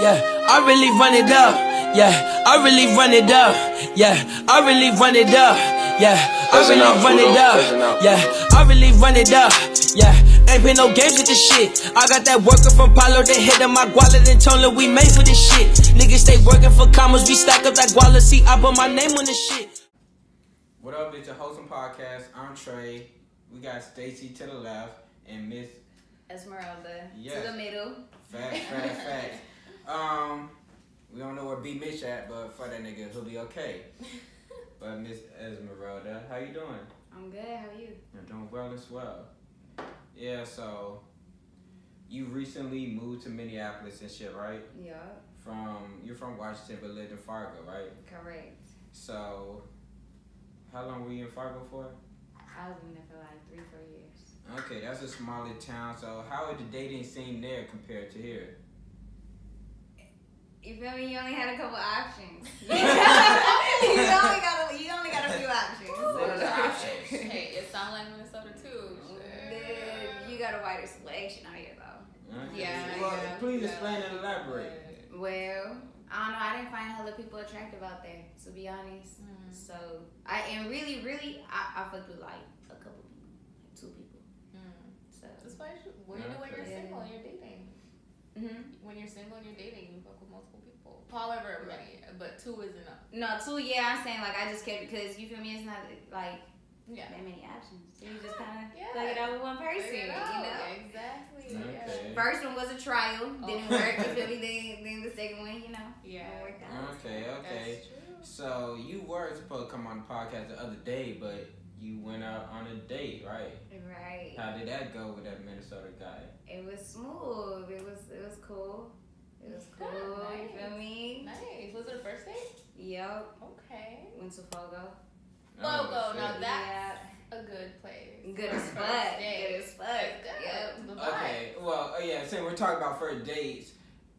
Yeah, I really run it up. Yeah, I really run it up. Yeah, I really run it up. Yeah, I Listen really up, run it Pluto. up. Listen up. Yeah, I really run it up. Yeah. Ain't been no games with this shit. I got that worker from Palo, they hit my guala, then Tola, we made for this shit. Niggas stay working for commas, we stack up that guala, see, I put my name on this shit. What up, it's your wholesome podcast. I'm Trey. We got Stacy to the left and Miss Esmeralda Yes. to the middle. Fat Fat Fat. Um, we don't know where B Mitch at, but for that nigga, he'll be okay. But Miss Esmeralda, how you doing? I'm good. How are you? I'm doing well as well. Yeah, so you recently moved to Minneapolis and shit, right? Yeah, From you're from Washington, but lived in Fargo, right? correct. So how long were you in Fargo for? I was in there for like three, four years. Okay, that's a smaller town. So how is the dating scene there compared to here? You feel me? You only had a couple options. you only got a, you only got a few options. What are the options? Hey, it sounds like Minnesota too. Then You got a wider selection out here though. Yeah, Well, yeah. please explain and elaborate. Well, I don't know. I didn't find hella people attractive out there, to be honest. So I and really, really, I, I fucked with like a couple people, like two people. So. That's why you should- well, you know, when you're Okay. single and you're dating. hmm When you're single and you're dating, you fuck with multiple people. Paul ever everybody, but two is enough. No, two. Yeah, I'm saying like I just kept because you feel me. It's not like Yeah. that many options. So you just kind of Yeah. thug it out with one person. you Figure it know. out. Exactly. Okay. First one was a trial, didn't Oh. work. You feel me? Then, then the second one, you know, Yeah. it worked out. Okay, okay. That's true. So you were supposed to come on the podcast the other day, but you went out on a date, right? Right. How did that go with that Minnesota guy? It was smooth. It was it was cool. It was cool. You feel Nice. me? Nice. Was it a first date? Yep. Okay. Went to Fogo. Well, go, Oh, shit. now that- That's- Yeah. A good place. Good as First fuck. date. Good as fuck. That's good. Yep. The vibe. Okay, well, oh yeah. Since we're talking about first dates,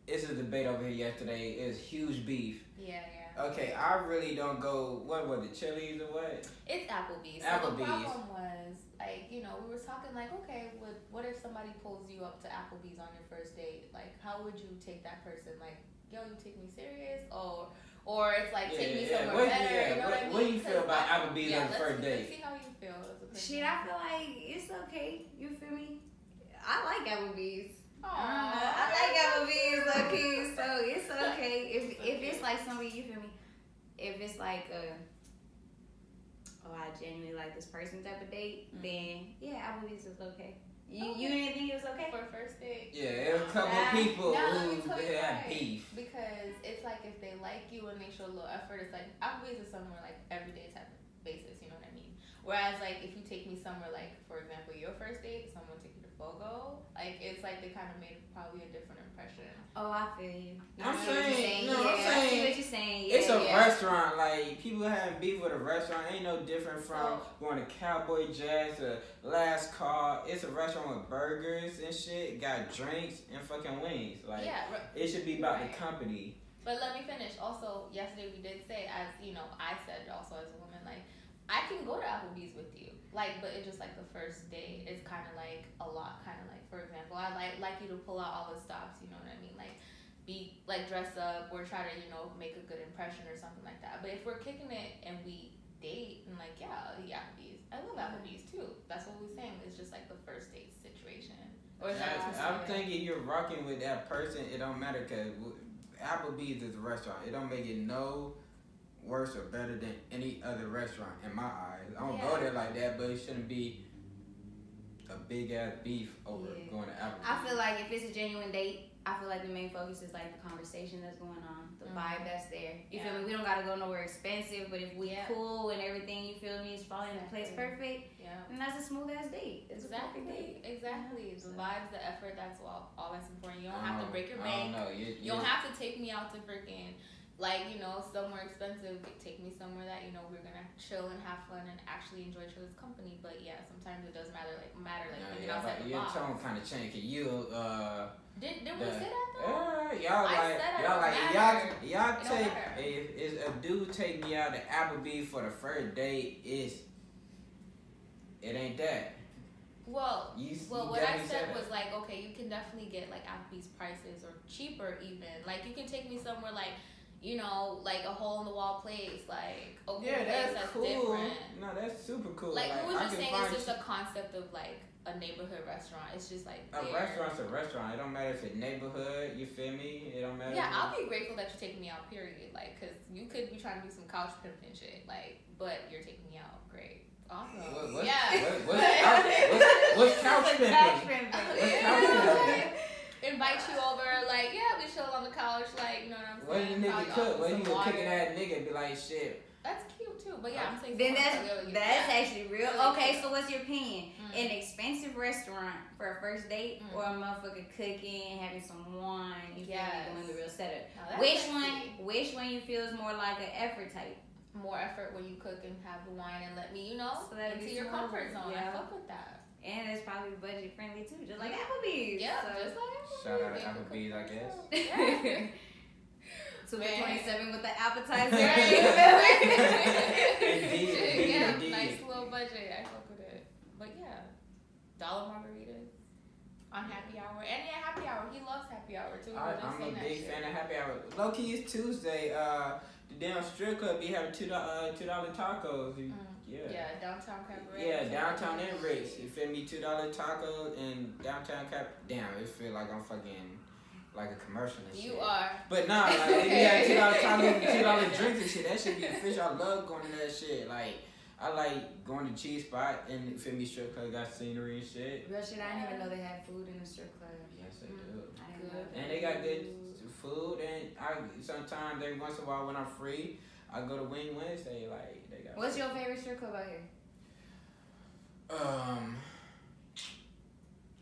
it's a debate over here yesterday. It's huge beef. Yeah, yeah. Okay, I really don't go. What was it, Chili's or what? It's Applebee's. So the Applebee's. problem was, like, you know, we were talking like, okay, what what if somebody pulls you up to Applebee's on your first date? Like, how would you take that person? Like, yo, you take me serious, or or it's like take me somewhere What, better. yeah, You what, know what I mean? what do you feel 'Cause, about like, Applebee's yeah, on the let's- first let's date? See how you feel. As a person. Shit, I feel like it's okay. You feel me? I like Applebee's. Aw, Uh, I like Applebee's, okay, so it's okay. If if it's like somebody, you feel me? If it's like a, oh, I genuinely like this person type of date, Mm. then yeah, Applebee's is okay. You you didn't think it was okay? for a first date. Yeah, there's a couple Nah, people nah, let me who tell you they have why. beef. Because it's like if they like you and they show a little effort, it's like Applebee's is somewhere like everyday type of basis, you know what I mean? Whereas like if you take me somewhere like for example your first date, someone take you to Fogo, like it's like they kind of made probably a different impression. Oh, I feel you. I I'm see what you're saying- no, I'm yeah, I see saying what you're saying. Yeah, It's a yeah. restaurant, like people having beef with a restaurant ain't no different from going to Cowboy Jazz or Last Call. It's a restaurant with burgers and shit, got drinks and fucking wings. Like yeah, re- it should be about Right. the company. but let me finish. Also, yesterday we did say as you know I said also as a woman like I can go to Applebee's with you, like but it's just like the first date is kind of like a lot, kind of like for example I like like you to pull out all the stops, you know what I mean, like. be like dress up or try to you know make a good impression or something like that. But if we're kicking it and we date and like yeah, the Applebee's, I love Applebee's too. That's what we're saying. It's just like the first date situation. Or is that I- just I'm like- thinking you're rocking with that person. It don't matter because Applebee's is a restaurant. It don't make it no worse or better than any other restaurant in my eyes. I don't go Yeah. there like that, but it shouldn't be a big ass beef over Yeah. going to Applebee's. I feel like if it's a genuine date, I feel like the main focus is like the conversation that's going on, the Mm. Mhm. vibe that's there. You Yeah. feel me? We don't gotta go nowhere expensive, but if we Yeah. cool and everything, you feel me, is falling into place Exactly. perfect, yeah. then that's a smooth ass date. It's a perfect Exactly, date. exactly. The vibes, the effort, that's all, all that's important. You don't have to Um, break your I don't bank. know. You- you- You don't have to take me out to freaking, like, you know, somewhere expensive. Take me somewhere that, you know, we're going to chill and have fun and actually enjoy each other's company. But yeah, sometimes it does matter, like, matter, like, Nah, when you're yeah, outside like, the your box. tone kind of changed. 'cause you, uh, Did, did we Yeah. say that, though? uh, y'all I like, said it y'all don't like, matter. y'all, y'all It don't take. matter. If, if a dude take me out to Applebee's for the first date, is it ain't that? Well, You, well, you what I definitely said that. was like, okay, you can definitely get like Applebee's prices or cheaper even. Like you can take me somewhere like, you know, like a hole in the wall place, like a cool yeah, place that's, that's cool. different. No, that's super cool. Like, we were I just can saying, find it's just a concept of like a neighborhood restaurant. It's just like A there. restaurant's a restaurant. It don't matter if it's neighborhood. You feel me? It don't matter. Yeah, if I'll be grateful that you're taking me out. Period. Like, cause you could be trying to do some couch pimping shit. Like, but you're taking me out. Great. Awesome. What, what, yeah. What, what's couch, what's, what's couch Like, pimping? pimping. What's couch pimping? Yeah. Invite you over, like yeah, we chill on the couch, like you know What what I'm you saying. nigga Probably cook? offer What you some a water. cooking ass nigga and be like shit? That's cute too, but yeah, I'm saying Then somewhere that's else, yeah, that's yeah. actually real. Okay, so what's your opinion? Mm. An expensive restaurant for a first date, Mm. or a motherfucker cooking and having some wine? You Yes. feel me? Doing the real setup. Now, that's Which sexy. one? Which one you feel is more like an effort type? More effort when you cook and have the wine and let me, you know, So that'd into be your smaller, comfort zone. yeah. I fuck with that. And it's probably budget friendly too, just like Applebee's. Yeah, So- just like Shout out to everybody Applebee's, I can cook Two for yourself. Yeah. for Man. twenty-seven with the appetizer. Indeed, indeed, yeah, indeed. nice little budget. I fuck with it. But yeah, dollar margaritas on happy hour. And yeah, happy hour. He loves happy hour too. We I, were just I'm a saying that big shit. fan of happy hour. Low key, it's Tuesday. Uh, the damn strip club be having two dollar uh, two dollar tacos. You- Mm. Yeah. Yeah, downtown cabaret. Yeah, downtown and Ritz. You feel me? Two dollar tacos and downtown cap. Damn, it feel like I'm fucking like a commercial and shit. You are. But nah, like if you had two dollar tacos and two dollar drinks and shit, that should be official. I love going to that shit. Like I like going to cheese spot and feel me strip club got scenery and shit. Real shit, I didn't even know they had food in the strip club. Yes, they Mm. do. I didn't know. And they got good food and I sometimes every once in a while when I'm free, I go to Wing Wednesday. Like they got. What's your favorite strip club out here? Um,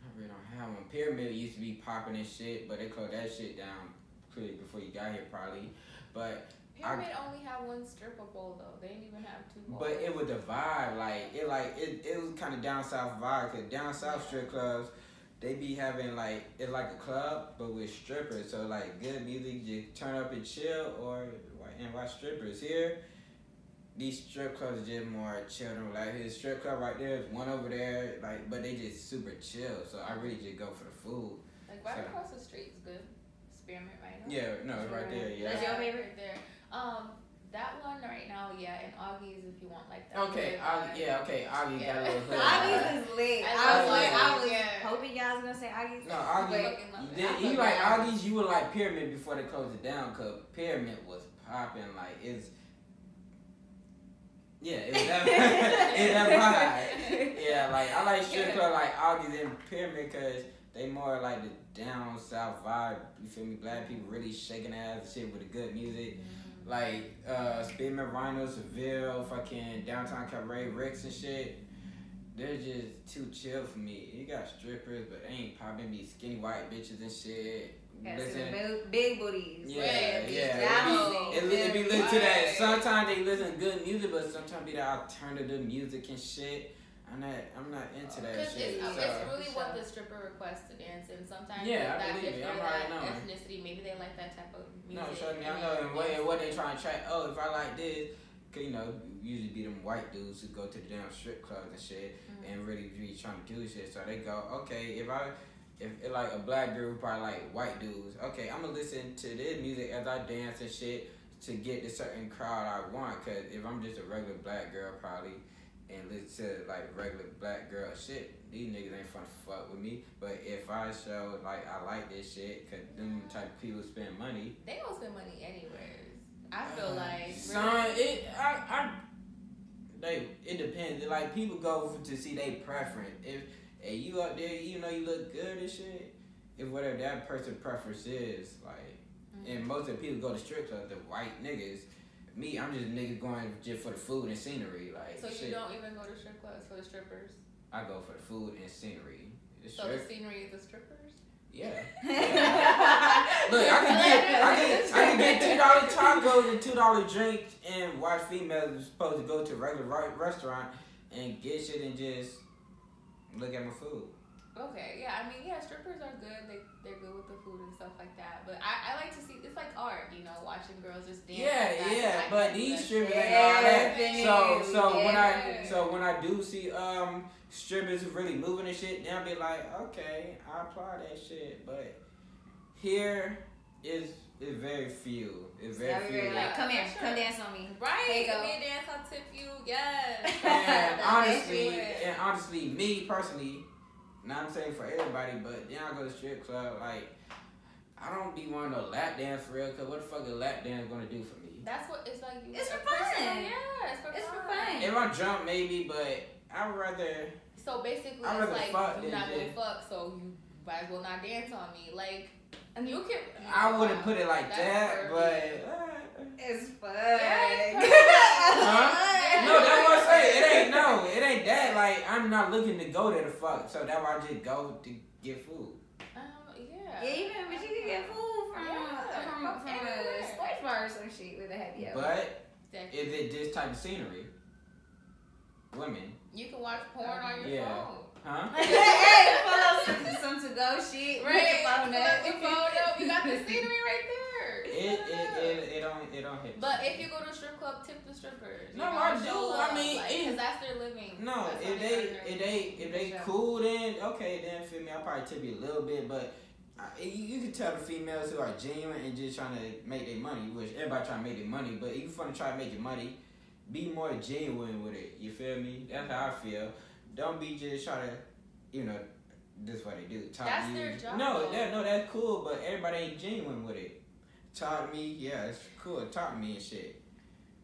I really don't have one. Pyramid used to be popping and shit, but they closed that shit down pretty before you got here, probably. But Pyramid only had one stripper pole though. They didn't even have two poles. but it was the vibe, like it, like it, it was kind of down south vibe. Cause down south strip clubs, they be having like it's like a club but with strippers. So like good music, you turn up and chill, or and watch strippers here. These strip clubs are just more chill and relaxed. His strip club right there is one over there, like but they just super chill. So I really just go for the food. like right so- across the street is good. Spearmint right now. Yeah, no, it's right there. Yeah. That's your favorite? Right there. Um, that one right now, yeah, and Augie's if you want like that. Okay, hood I, vibe. yeah, okay, Augie got a little hood. Augie's Augie's is lit. I I was love like, I Augie's, was yeah. hoping y'all was gonna say Augie's. No, Augie. Wait, But- fucking love Then it. you I like fucking love Augie's, you were like Pyramid before they closed it down, cause Pyramid was popping like it's. Yeah, it was that, it that vibe. Yeah, like I like strip club like Augie's and Pyramid, cause they more like the down south vibe. You feel me? Black people really shaking their ass and shit with the good music. Mm-hmm. Like uh Spearmint Rhino, Seville, fucking Downtown Cabaret, Rex and shit. They're just too chill for me. You got strippers, but they ain't popping me skinny white bitches and shit. Got some Listen, big, big booties. yeah, big yeah. down. Y'all It, li- it be big lit to that. Right. Sometimes they listen to good music, but sometimes be the alternative music and shit. I'm not, I'm not into that Because shit. it's, so. it's really what the stripper requests to dance, and sometimes Yeah, it's I that believe if it. they're I'm that already knowing. ethnicity, maybe they like that type of No, music. trust me, I and know then and what, it's- and what they trying to track. Oh, if I like this, 'cause, you know, usually be them white dudes who go to the damn strip clubs and shit, Mhm. and really be trying to do shit. So they go, okay, if I, if it like a black girl who probably like white dudes, okay, I'm gonna listen to this music as I dance and shit to get the certain crowd I want. Cause if I'm just a regular black girl, probably. And listen to like regular black girl shit. These niggas ain't fun to fuck with me. But if I show like I like this shit, cause them type of people spend money, They don't spend money anyways. I feel uh, like. son, it I, I they it depends. Like people go for, to see they preference. If if you up there, you know you look good and shit. If whatever that person preference is, like, Mm-hmm. and most of the people go to strip clubs, the white niggas. Me, I'm just a nigga going just for the food and scenery. Like, so you shit, don't even go to strip clubs for the strippers. I go for the food and scenery. The So strip, the scenery is the strippers. yeah. booties. Look, I can get I can, I can get two dollar taco. tacos and two dollar drinks and watch females who's supposed to go to a regular ri- restaurant and get shit and just look at my food. Okay, yeah, I mean, yeah, strippers are good. They they're good with the food and stuff like that. But I, I like to see it's like art, you know, watching girls just dance. Yeah, like that. yeah, I but can these do strippers that. ain't all that. Everything, So, so when I, yeah. so when I do see um strippers really moving and shit, then I'll be like, okay, I applaud that shit. But here is is very few. It's very Yeah, we few. were like, come here, Sure. come dance on me. Right, There you go. me dance, I'll tip you. Yes. and That's honestly, it. and honestly, me personally, not I'm saying for everybody, but then I go to strip club. Like, I don't be wanting to lap dance for real. Cause what the fuck is lap dance gonna do for me? that's what it's like. You It's a for person- fun. Yeah, it's for It's for fun. fun. If I jump, maybe, but I'd rather. So basically, I'd it's rather like fuck you're than not gonna just- fuck, so you might as well not dance on me. Like, and you can. I wouldn't put it like That's that, pervy. but. uh, It's fun. Yeah, it's Huh? Yeah. No, that's what I'm saying. It ain't no, it ain't that. Like I'm not looking to go there to fuck, so that's why I just go to get food. Um, yeah. Yeah, even but you can get food from Yeah, from, from from, a anywhere. sports bar or some shit with a happy hour. But Exactly. is it this type of scenery? Women, You can watch porn on your Yeah. phone. huh? hey, pull up some, some to go shit. Right, Right. phone up. Put the phone up. You got the scenery right there. It it it, it don't it don't hit. But if you go to a strip club, tip the strippers. No, you know, I do. show I love, mean, like, it- 'cause that's their living. no, That's how if they they earn their if they if they Yeah. cool, then okay, then feel me. I probably tip you a little bit, but. I, you, you can tell the females who are genuine and just trying to make their money, which everybody trying to make their money, but if you want to try to make your money, be more genuine with it. You feel me? That's how I feel. Don't be just trying to, you know, this is what they do. Talk That's to you. their job, No, though. that, no, that's cool, but everybody ain't genuine with it. Talk to me, yeah, it's cool. Talk to me and shit.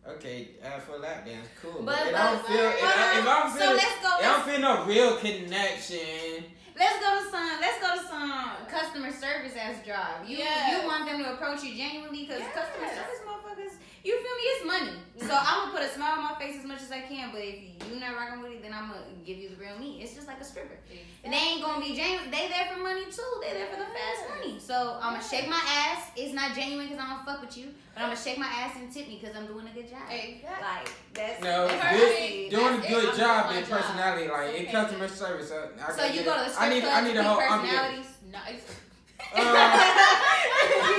Okay, uh, for lap dance, cool. But, But- if but- I don't feel, if, I, if I don't feel, so let's go. if I don't feel no real connection. Let's go to some. Let's go to some customer service as job. You Yes. you want them to approach you genuinely because Yes. customer service motherfuckers. You feel me? It's money. So I'm gonna put a smile on my face as much as I can. But if you not rocking with it, then I'm gonna give you the real me. It's just like a stripper. living. And They ain't gonna be genuine. They there for money too. They there for the fast money. So I'm gonna shake my ass. It's not genuine because I don't fuck with you. But I'm gonna shake my ass and tip me because I'm doing a good job. Exactly. Like that's No, that's this- it. Doing That's a it. good I'm job doing in my job. personality, like in Okay. customer service. uh, I, So you go to I the strip need, club I to need be a whole. I'm good. personalities. No, it's- Uh, you go to the strip club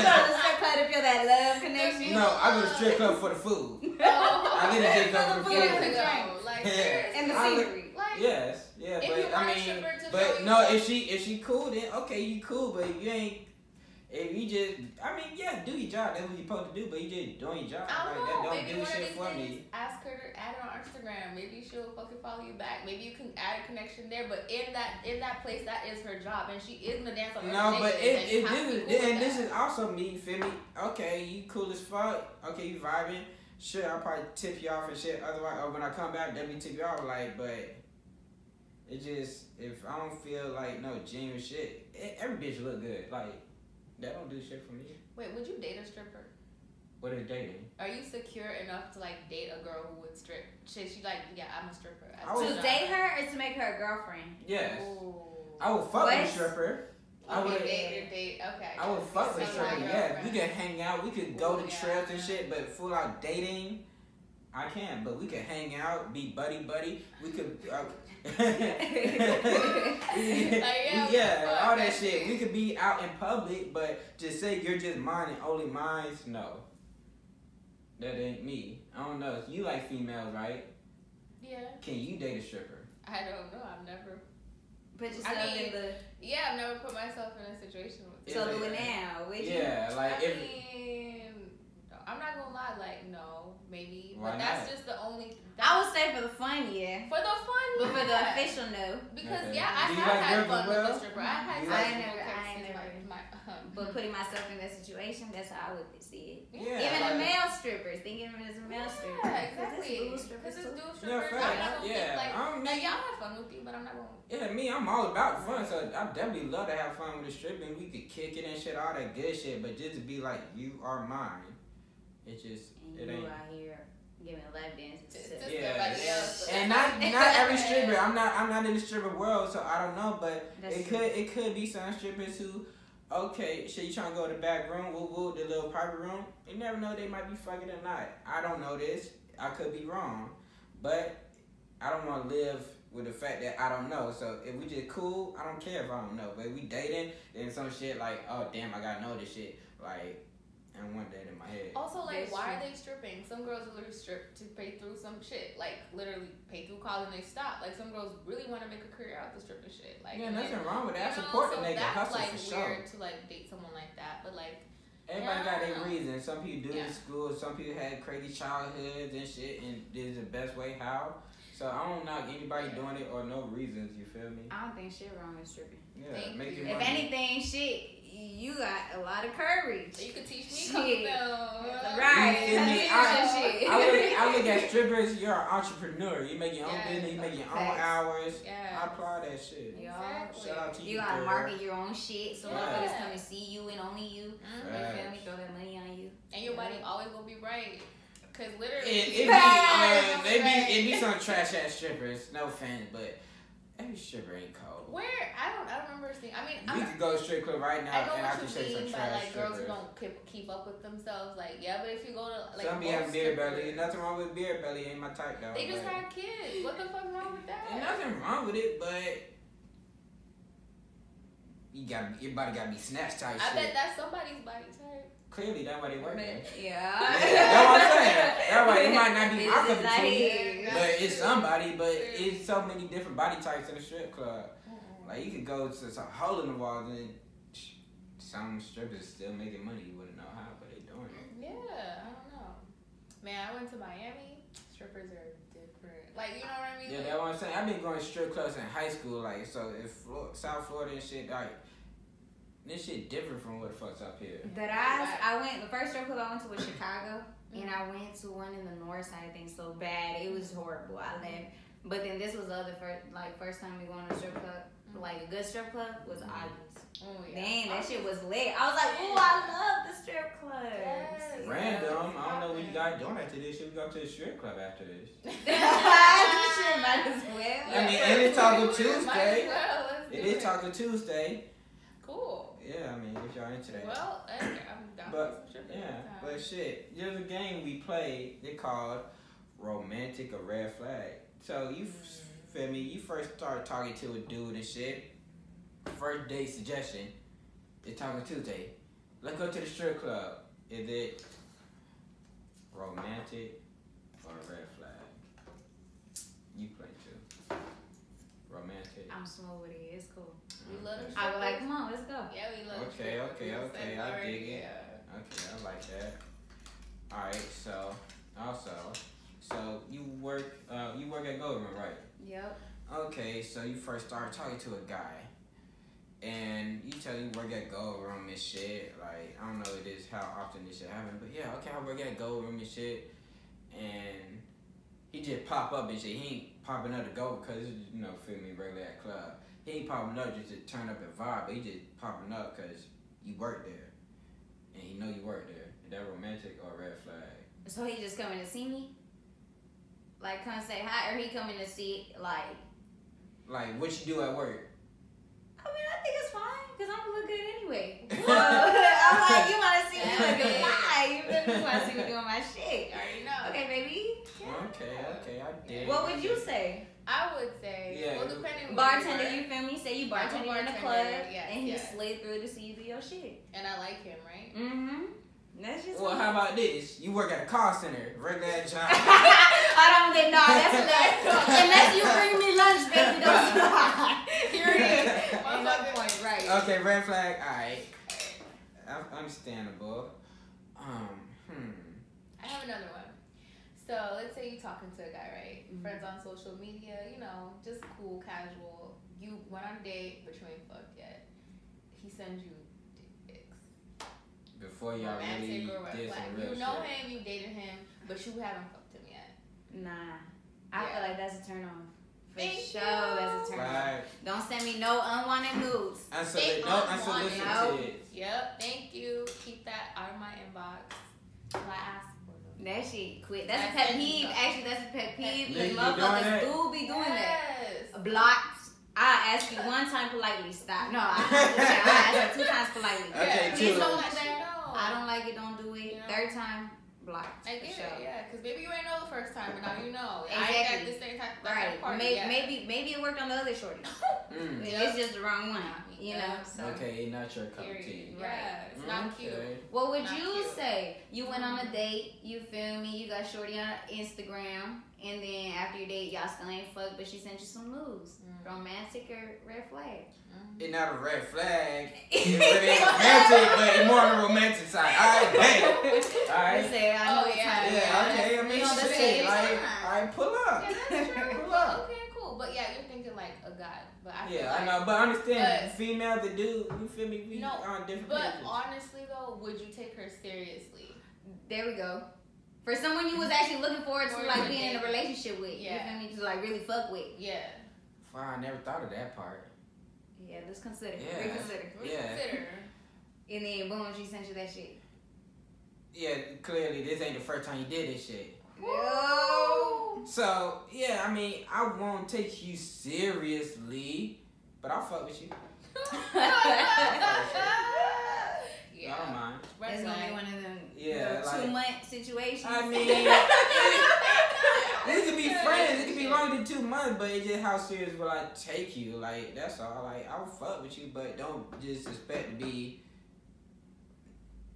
to feel that love connection. no, I go to strip club for the food. I need to Oh. take over the Food Years and food. drink. ago, like Yeah. years And the ago. I look- scenery. Like, Yes, yeah, If you but want I a mean, stripper to show but you no, love- if she if she cool, then okay, you cool. But if you ain't, if you just, I mean, yeah, do your job. That's what you supposed to do. But you just doing your job. I don't like, know. That don't maybe do one shit of for these days, me. ask her to add her on Instagram. Maybe she'll fucking follow you back. Maybe you can add a connection there. But in that in that place, that is her job, and she is gonna dance on. No, other but niggas, and it, you it this have to be is cool with and this that. is also me. Feel me? Okay, you cool as fuck. Okay, you vibing. Shit, I'll probably tip you off and shit. Otherwise, or when I come back, let me tip you off. Like, but it just if I don't feel like no genuine shit, e- every bitch look good. Like that don't do shit for me. Wait, would you date a stripper? What is dating? Are you secure enough to like date a girl who would strip? She, she like, yeah, I'm a stripper. I do would- To not- date her or to make her a girlfriend? Yes. Ooh. I would fuck What? with a stripper. I Okay, would. date your date. Okay. I would fuck with a That's my stripper. Yeah, we could hang out. We could go to Yeah. trips and shit. But full out dating, I can. But we could hang out, be buddy buddy. We could. Uh, yeah, yeah, we could fuck, all that that's shit. it. We could be out in public, but just say you're just mine and only mine's. No, that ain't me. I don't know. You like females, right? Yeah. Can you date a stripper? I don't know. I've never. Put yourself I mean, in the Yeah, I've never put myself in a situation with. Is so it- do it now, would you? Yeah, like I if mean, I'm not gonna lie, like no, maybe, Why not? but that's just the only. I would say for the fun, yeah. for the fun, But for the yeah. official no. Because Okay. yeah, I Do you have like had River fun with a Well? stripper. I had You some like- fun I never- with I my- never- my, um, But putting myself in that situation, that's how I would see yeah, it. Even the like- male strippers, thinking of it as a male stripper. 'Cause Yeah, it's exactly. dual Because strippers it's too. dual strippers. Yeah, I'm fact. not gonna Yeah, be like, I'm like me. y'all have fun with you, but I'm not gonna. Yeah, me, I'm all about fun, so I definitely love to have fun with the stripping. We could kick it and shit, all that good shit, but just to be like, you are mine, it just, And it you ain't. out here giving lap dances Just- to just Yeah, everybody else. and not not every stripper. I'm not I'm not in the stripper world, so I don't know. But That's it could it could be some strippers who, okay, shit, you trying to go to the back room, woo woo, the little private room. You never know, they might be fucking or not. I don't know this. I could be wrong, but I don't want to live with the fact that I don't know. So if we just cool, I don't care if I don't know. But if we dating, then some shit like, oh damn, I gotta know this shit. Like, and one day in my head. Also, like, That's why are they stripping? Some girls literally strip to pay through some shit. Like, literally pay through college and they stop. Like, some girls really want to make a career out of the stripping shit. Like, yeah, and nothing then- wrong with you that. I know, support so the nigga That's hustle like for sure. weird to like date someone like that, but like Everybody got Yeah. their reason. Some people do it Yeah. in school. Some people had crazy childhoods and shit, and this is the best way how. So I don't knock anybody doing it or no reasons. You feel me? I don't think shit wrong with stripping. Yeah, Thank make you. your If If money. anything, shit, you got a lot of courage. you could teach me Shit. something. Right. Right. You feel me? That's I- shit. I look, I look at strippers. You're an entrepreneur. You make your own Yes. business. You make your own Facts. hours. Yeah. I applaud that shit. Y'all, Exactly. Shout out to you. you gotta girl. market your own shit so Yeah. motherfuckers come and see you and only you. You Mhm. feel me? Facts. Throw that money on you. And your body always gonna be right, cause It, literally. it, be, Right. uh, it, be, it be some trash ass strippers. No offense, but every stripper ain't cold. Where I don't, I don't remember seeing. I mean, We I'm, could go to strip club right now, I know and I can what show you you some mean by trash like girls strippers. who don't keep, keep up with themselves. Like, yeah, but if you go to like Some be most having beer strippers- belly. Nothing wrong with beer belly. Ain't my type though. they just but- had kids. What the fuck's wrong with Ain't that? nothing wrong with it, but you got your body got to be snatched type I shit. bet that's somebody's body type. Clearly, that's why they working. Yeah, Yeah. that's what I'm saying. That's why it might not be my cup of tea, like- but it's somebody. But it's so many different body types in the strip club. Like you could go to some hole in the walls and sh- some strippers still making money. You wouldn't know how, but they doing it. Yeah, I don't know. Man, I went to Miami. Strippers are different. Like, you know what I mean? Yeah, that's what I'm saying. I've been going to strip clubs in high school, like so. If Flo- South Florida and shit, like this shit different from what the fuck's up here. That I I went the first strip club I went to was Chicago, and I went to one in the north side. I think so bad it was horrible. I left, but then this was the other first like first time we going to a strip club, like a good strip club was Mhm. August. Mm-hmm. oh, yeah. Dang, that shit was lit. I was like, ooh, I love the strip club. Yes. Random. I don't know what you guys doing after this. Should we go to a strip club after this? shit might as well. I mean, and it's Taco Tuesday. Might as well. Let's It do is Taco Tuesday. Cool. Yeah, I mean, if y'all into that. Well, okay, I'm down But- for some strippers. yeah, next time. but shit, there's a game we played. They called romantic or red flag. So you f- Mm. feel me? You first start talking to a dude and shit. First date suggestion is talking Tuesday. Let's go to the strip club. Is it romantic or red flag? You play too. Romantic. I'm smooth with it. It's cool. We love them I was like, strippers. come on, let's go. Yeah, we love them Okay, strippers. okay, We was okay, like, I alright, dig it. yeah. Okay, I like that. All right, so also, so you work, uh, you work at Goldman, right? Yep. Okay, so you first start talking to a guy, and you tell you work at Gold Room and shit. Like I don't know it is how often this shit happen, but yeah, okay, I work at Gold Room and shit, and he just pop up and shit. He ain't popping up to go because you know, feel me, regular at club. He ain't popping up just to turn up and vibe, but he just popping up because you work there, and he know you work there. Is that romantic or red flag? So he just coming to see me? Like come say hi, or he coming to see like Like what you do at work? I mean, I think it's fine because I'm gonna look good anyway. So, I'm like, you want to see me look good? Why? You really want to see me doing my You shit? already know. Okay, baby. Okay, okay, I did. What would you say, I would say, Yeah, well, you- depending on where bartender? you You feel me? Say you I'm a bartender in the bartender, club, yes, and he yes. slid through to see you do your shit. are, and I like him, right? Mm-hmm. That's just. Well, me. how about this? You work at a call center, regular at job. I don't get no. That's not. Unless you bring me lunch, baby, don't stop. Period. Ain't no Motherfucker. point, right? okay, red flag. All right, Un- understandable. Um, hmm. I have another one. So let's say you talking to a guy, right? Mm-hmm. Friends on social media, you know, just cool, casual. You went on a date, but you ain't fucked yet. He sends you dick pics. Before y'all Oh, really Romantic or red did flag. some real You know shit. him, you dated him, but you haven't fucked him yet. Nah, I Yeah. feel like that's a turn on. For Thank sure, you. that's a turn on. Flag. Don't send me no unwanted nudes. Unsolicited. They No, unwanted. unsolicited. Yep, thank you. Keep that out of my inbox. Till I ask for them. That shit quit. That's, That's a pet pet peeve. peeve. Actually, that's a pet Niggas peeve because be motherfuckers doing do be doing yes. that. Blocked. I ask you one time politely, stop. No, I, I ask you two times politely. Okay, yeah. two. Please don't let that know. I don't like it, don't do it. Yeah. Third time, blocked. I for get sure. it, yeah, because maybe you ain't know the first time, but now you know. I ain't Exactly. at the same time. that Right. Party, maybe, yeah. maybe maybe it worked on the other shorty. Mm. It's just the wrong one. You Yeah. know. So. Okay, it's not your cup of tea. Mm, Period. Yeah, it's Mm-hmm. not cute. Okay. What would Not you cute. Mm-hmm. say? You went on a date. You feel me? You got shorty on Instagram, and then after your date, y'all still ain't fucked, but she sent you some moves. Mm. Romantic or red flag? It's not a red flag. It's really romantic, but it's more on the romantic side. All right, hey. All You right. say, I know Oh, what yeah. time it Yeah, is. okay. I You mean, know, that's shit. it. Like, all right, pull up. Yeah, that's true. Pull Well, up. okay, cool. But yeah, you're thinking like a guy, but I feel Yeah, I like, know, but I understand But- female to dude, you feel me? We No, on different But pages. honestly though, would you take her seriously? There we go. For someone you was actually looking forward to Or like you being in a date. relationship with. Yeah. You feel me? Just like really fuck with. Yeah. Fine, I never thought of that part. Yeah, let's consider. Yeah. Reconsider. Yeah. Reconsider. And then boom, she sent you that shit. Yeah, clearly this ain't the first time you did this shit. Yo. So yeah, I mean, I won't take you seriously, but I'll fuck with you. I don't yeah. mind. That's Red gonna be flag. one of them Yeah, like- two month situations. I mean, we could be friends. It could be longer than two months, but it's just how serious will I take you? Like that's all. Like I'll fuck with you, but don't just expect to be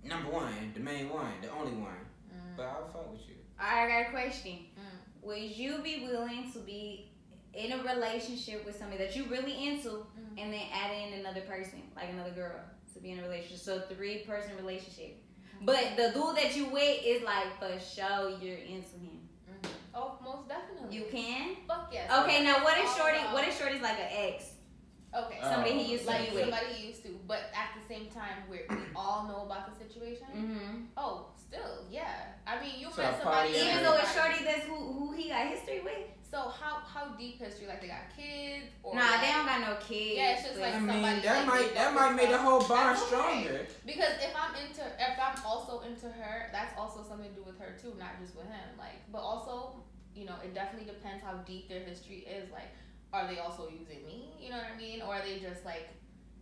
number one, the main one, the only one. Mm. But I'll fuck with you. I got a question. Mm. Would you be willing to be in a relationship with somebody that you really into and then add in another person, like another girl, to be in a relationship? So three person relationship. But the dude that you with is like for sure you're into him. Oh, most definitely. You can? fuck yes. Okay, now what if Shorty what if Shorty's like an ex? Okay. Uh, Somebody he used to like be with. somebody he used to, but at the same time, we're, we all know about the situation. Mm-hmm. Oh, still, yeah. I mean, you So met somebody. probably- Yeah. Even though it's Shorty that's who who he got history with. So how how deep history? Like they got kids or Nah, they don't got no kids. Yeah, it's just but- Like I mean, somebody that like might they that fuck might with make the us. whole bond That's okay. stronger. because if I'm into if I'm also into her, that's also something to do with her too, not just with him. Like, but also you know it definitely depends how deep their history is. Like, are they also using me? You know what I mean? Or are they just like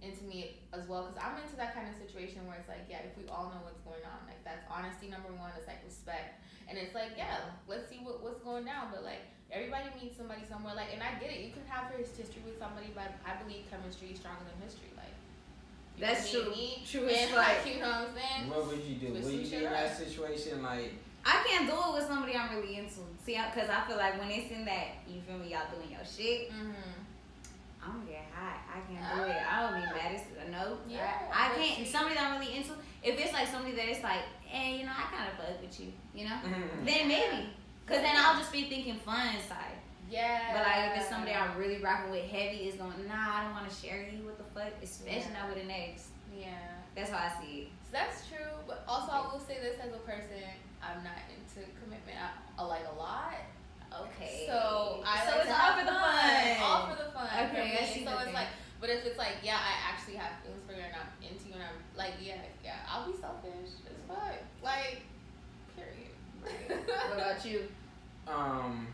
into me as well? Because I'm into that kind of situation where it's like, yeah, if we all know what's going on, like that's honesty number one. It's like respect, and it's like, yeah, let's see what what's going down. But like. Everybody meets somebody somewhere, like, and I get it. You can have his history with somebody, but I believe chemistry is stronger than history. Like, you can That's meet true. me, True and as like, fuck. you know what I'm saying? What would you do? With Would you some be shit in that up. situation? Like, I can't do it with somebody I'm really into. See, because I feel like when it's in that, you feel me, y'all doing your shit, Mm-hmm. I'm gonna get hot. I can't do it. I would be mad as uh, no. Yeah, Ah. I, I but can't. see- Somebody that I'm really into, if it's like somebody that it's like, hey, you know, I kind of fuck with you, you know, mm, then maybe. Because then I'll just be thinking fun side. Yeah. But like, if it's somebody I'm really rocking with heavy, is going, nah, I don't want to share you. What the fuck? Especially Yeah. not with an ex. Yeah. That's how I see it. So that's true. But also, I will say this as a person, I'm not into commitment. I, I like a lot. Okay. So I So it's like all to have for the fun. All for the fun. Okay, I for me. see So the it's thing. like, but if it's like, yeah, I actually have feelings for you and I'm into you and I'm like, yeah, yeah, I'll be selfish as fuck. Like, period. What about you? um,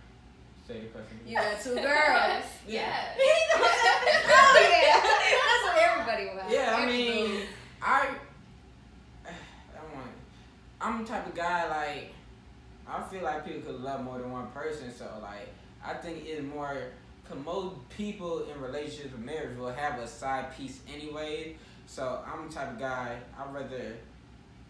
say the question. You got two girls. yeah. oh yeah, that's what everybody was. Yeah, I mean, I, I don't want. I'm the type of guy like, I feel like people could love more than one person. So like, I think it's more commode people in relationships and marriage will have a side piece anyway. So I'm the type of guy I'd rather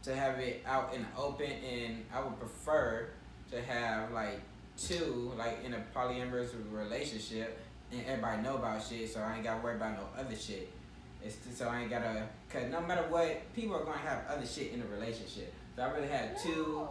to have it out in the open, and I would prefer to have like two like in a polyamorous relationship, and everybody know about shit, so I ain't got to worry about no other shit. It's so I ain't gotta, cause no matter what, people are gonna have other shit in a relationship. So I really had two.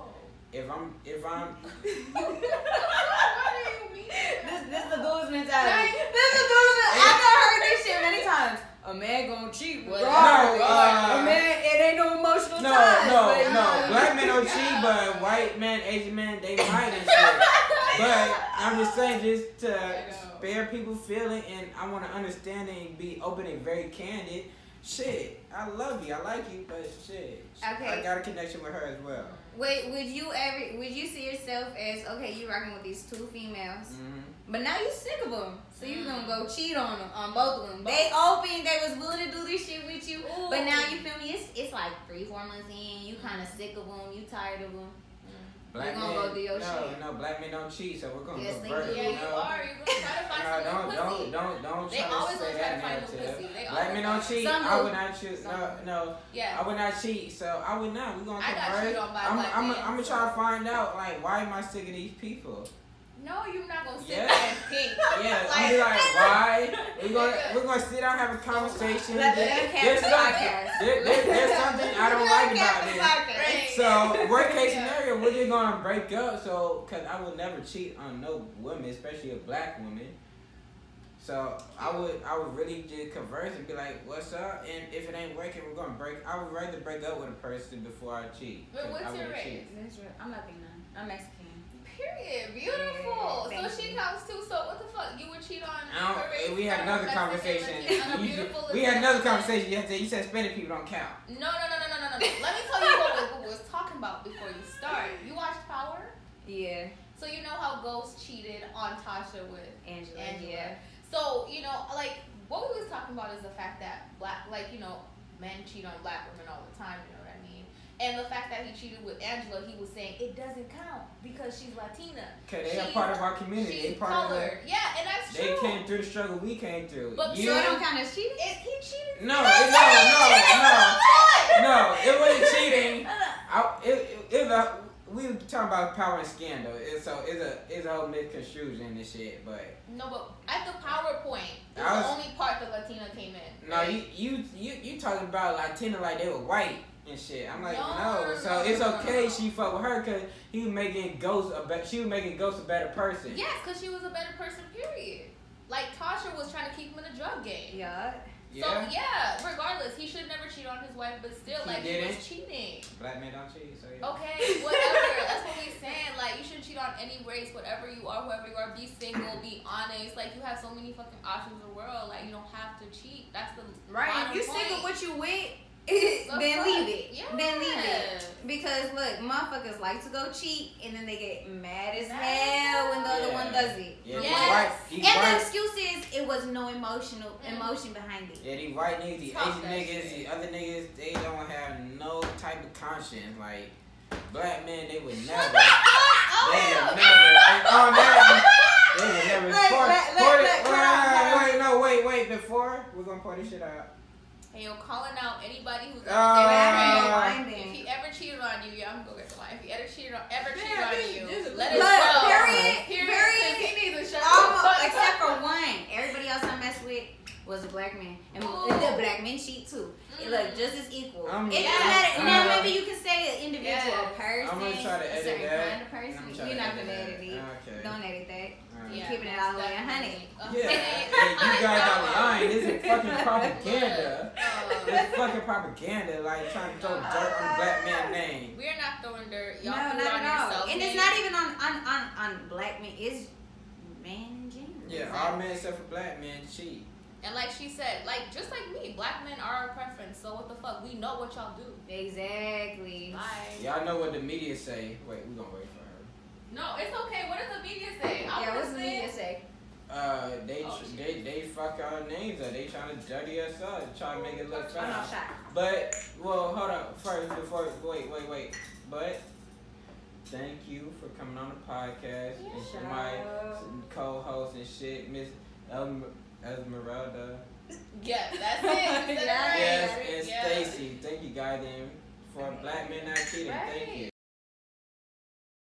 If I'm, if I'm, what do you mean? this this the dude's mentality. This is the dude's. I done heard this shit many times. A man gonna cheat, What? bro. No, a uh, man, it ain't no emotional no, ties, no, but- no, black men don't cheat, but white men, Asian men, they might and shit. But I'm just saying, just to I know. spare people feeling, and I want to understand and be open and very candid. Shit, I love you, I like you, but shit, I Okay. got a connection with her as well. Wait, would you ever? Would you see yourself as okay? You rocking with these two females, hmm but now you sick of them, so you gonna go cheat on them, on both of them. They open, they was willing to do this shit with you, but now you feel me? It's it's like three, four months in, you kind of sick of them, you tired of them. Mm. Black You gonna go men- do your no, shit. no, black men don't cheat, so we're gonna Yes, they convert. do. Yeah, no. you are. You're gonna try to find No, some don't, don't, pussy. don't, don't They try to always say gonna try that to find no narrative. pussy. They Black always men don't gonna- cheat. Some I do. would not cheat. No, Some no, Yeah. I would not cheat. So I would not. We gonna I got convert. cheated on by a I'm, black I'm, man, I'm gonna so- try to find out like why am I sick of these people? No, you're not gonna sit Yeah. there and think. Yeah, I'm be like, why? We gonna we're gonna sit down have a conversation. Let the There- cat there's, the something, podcast. there- there- there's something I don't like about this. Right. So worst case Yeah. scenario, we're just gonna break up. So, cause I would never cheat on no woman, especially a black woman. So I would, I would really just converse and be like, "What's up?" And if it ain't working, we're gonna break. I would rather break up with a person before I cheat. But 'cause what's I your wouldn't race? cheat. That's real. I'm Latina. I'm Mexican. Period. Yeah, Beautiful. so thank she you. comes too. So what the fuck? You would cheat on? I her race don't, eh, we had on a another Mexican conversation. Latina, on a You- beautiful we had Latina another woman? conversation yesterday. You said Spanish people don't count. No, no, no, no, no, no, no. no. Let me tell you what we- what we was talking about before you start. You watched Power, Yeah, so you know how Ghost cheated on Tasha with Angela. Angela. Yeah. So you know, like what we was talking about is the fact that black, like you know, men cheat on black women all the time. You know what I mean? And the fact that he cheated with Angela, he was saying it doesn't count because she's Latina. Cause they are She's- part of our community. They She's part of. colored. Yeah, and that's The, they true. came through the struggle we came through. But you, So I don't count as cheating. It, he cheated. no, That's what he no, cheated no, no. on. Look! no, it wasn't cheating. I, it, it, it's a, we were talking about power and scandal. It's so it's a it's a whole misconfusion and shit. But No, but at the PowerPoint, it was I the was- only part that Latina came in. no, you you you, you talking about Latina like they were white and shit. I'm like No, no. no, so no, it's no, okay. no. She fuck with her because he was making ghosts a be- she was making ghosts a better person. Yes, because she was a better person, period. Like, Tasha was trying to keep him in the drug game. Yeah. Yeah? So, yeah, regardless, he should never cheat on his wife, but still, He like, he didn't. was cheating. Black men don't cheat. So yeah. Okay, whatever. That's what we're saying. Like, you shouldn't cheat on any race, whatever you are, whoever you are. Be single, be honest. Like, you have so many fucking options in the world. Like, you don't have to cheat. That's the Right. If bottom you point. single what you with, The then fuck? leave it. Yeah. Then leave it. Because look, motherfuckers like to go cheat and then they get mad as Mad hell when the other Yeah. one does it. Yeah, these Yes. white, these And the white, excuse is it was no emotional Mm. emotion behind it. yeah, these white niggas, these Talk Asian that niggas, shit. these other niggas, they don't have no type of conscience. Like black men, they would never. Oh! Oh, They have never. and on that, they have never. Look, pour- look, look, pour it- look, hold on, hold on. wait, wait, no, wait, wait. Before we're gonna pour this shit out. And you're calling out anybody who's Uh, Why If he then? ever cheated on you, yeah, I'm gonna go get the line. If he ever cheated on, ever cheated Yeah, on this- you, this is- let it Look, go. period, period. 'cause He needs to shut the Almost, fuck except for up. one. Everybody else I messed with was a black man, and Ooh. the black men cheat too. Mm. Look, just as equal. I'm- it doesn't Yes. matter. Now I'm- maybe you can say an individual, Yes. a person, I'm gonna try to a edit certain that. kind of And I'm person. trying You're to not gonna edit that. it. Okay. Don't edit that. Alright. Yeah, keeping it all the way definitely. 100. Okay. Yeah, hey, you guys are lying. This is fucking propaganda. This Um, is fucking propaganda. Like trying to throw dirt on black man name. we're not throwing dirt. Y'all no, threw it not on at all. yourself. and it's baby. not e- even on on on, on black men. It's man in general. Yeah, all men except for black men cheat. And like she said, like just like me, black men are our preference. So what the fuck? We know what y'all do. Exactly. Bye. Y'all know what the media say. Wait, we gonna wait for her. No, it's okay. What does the media say? I Yeah, wanna what's the see it. media say? Uh, they Oh, shit. they they fuck our names up. They trying to dirty us up, trying to make it look Oh fine. no, shot. But well, hold up. First, before wait, wait, wait. But thank you for coming on the podcast and to Shout my out. co-host and shit, Miss Elm- Esmeralda. Yeah, that's it. You said it Yeah. right. Yes, and Yeah. Stacy. Thank you guys then for Okay. Black Men Not Cheating. Thank you.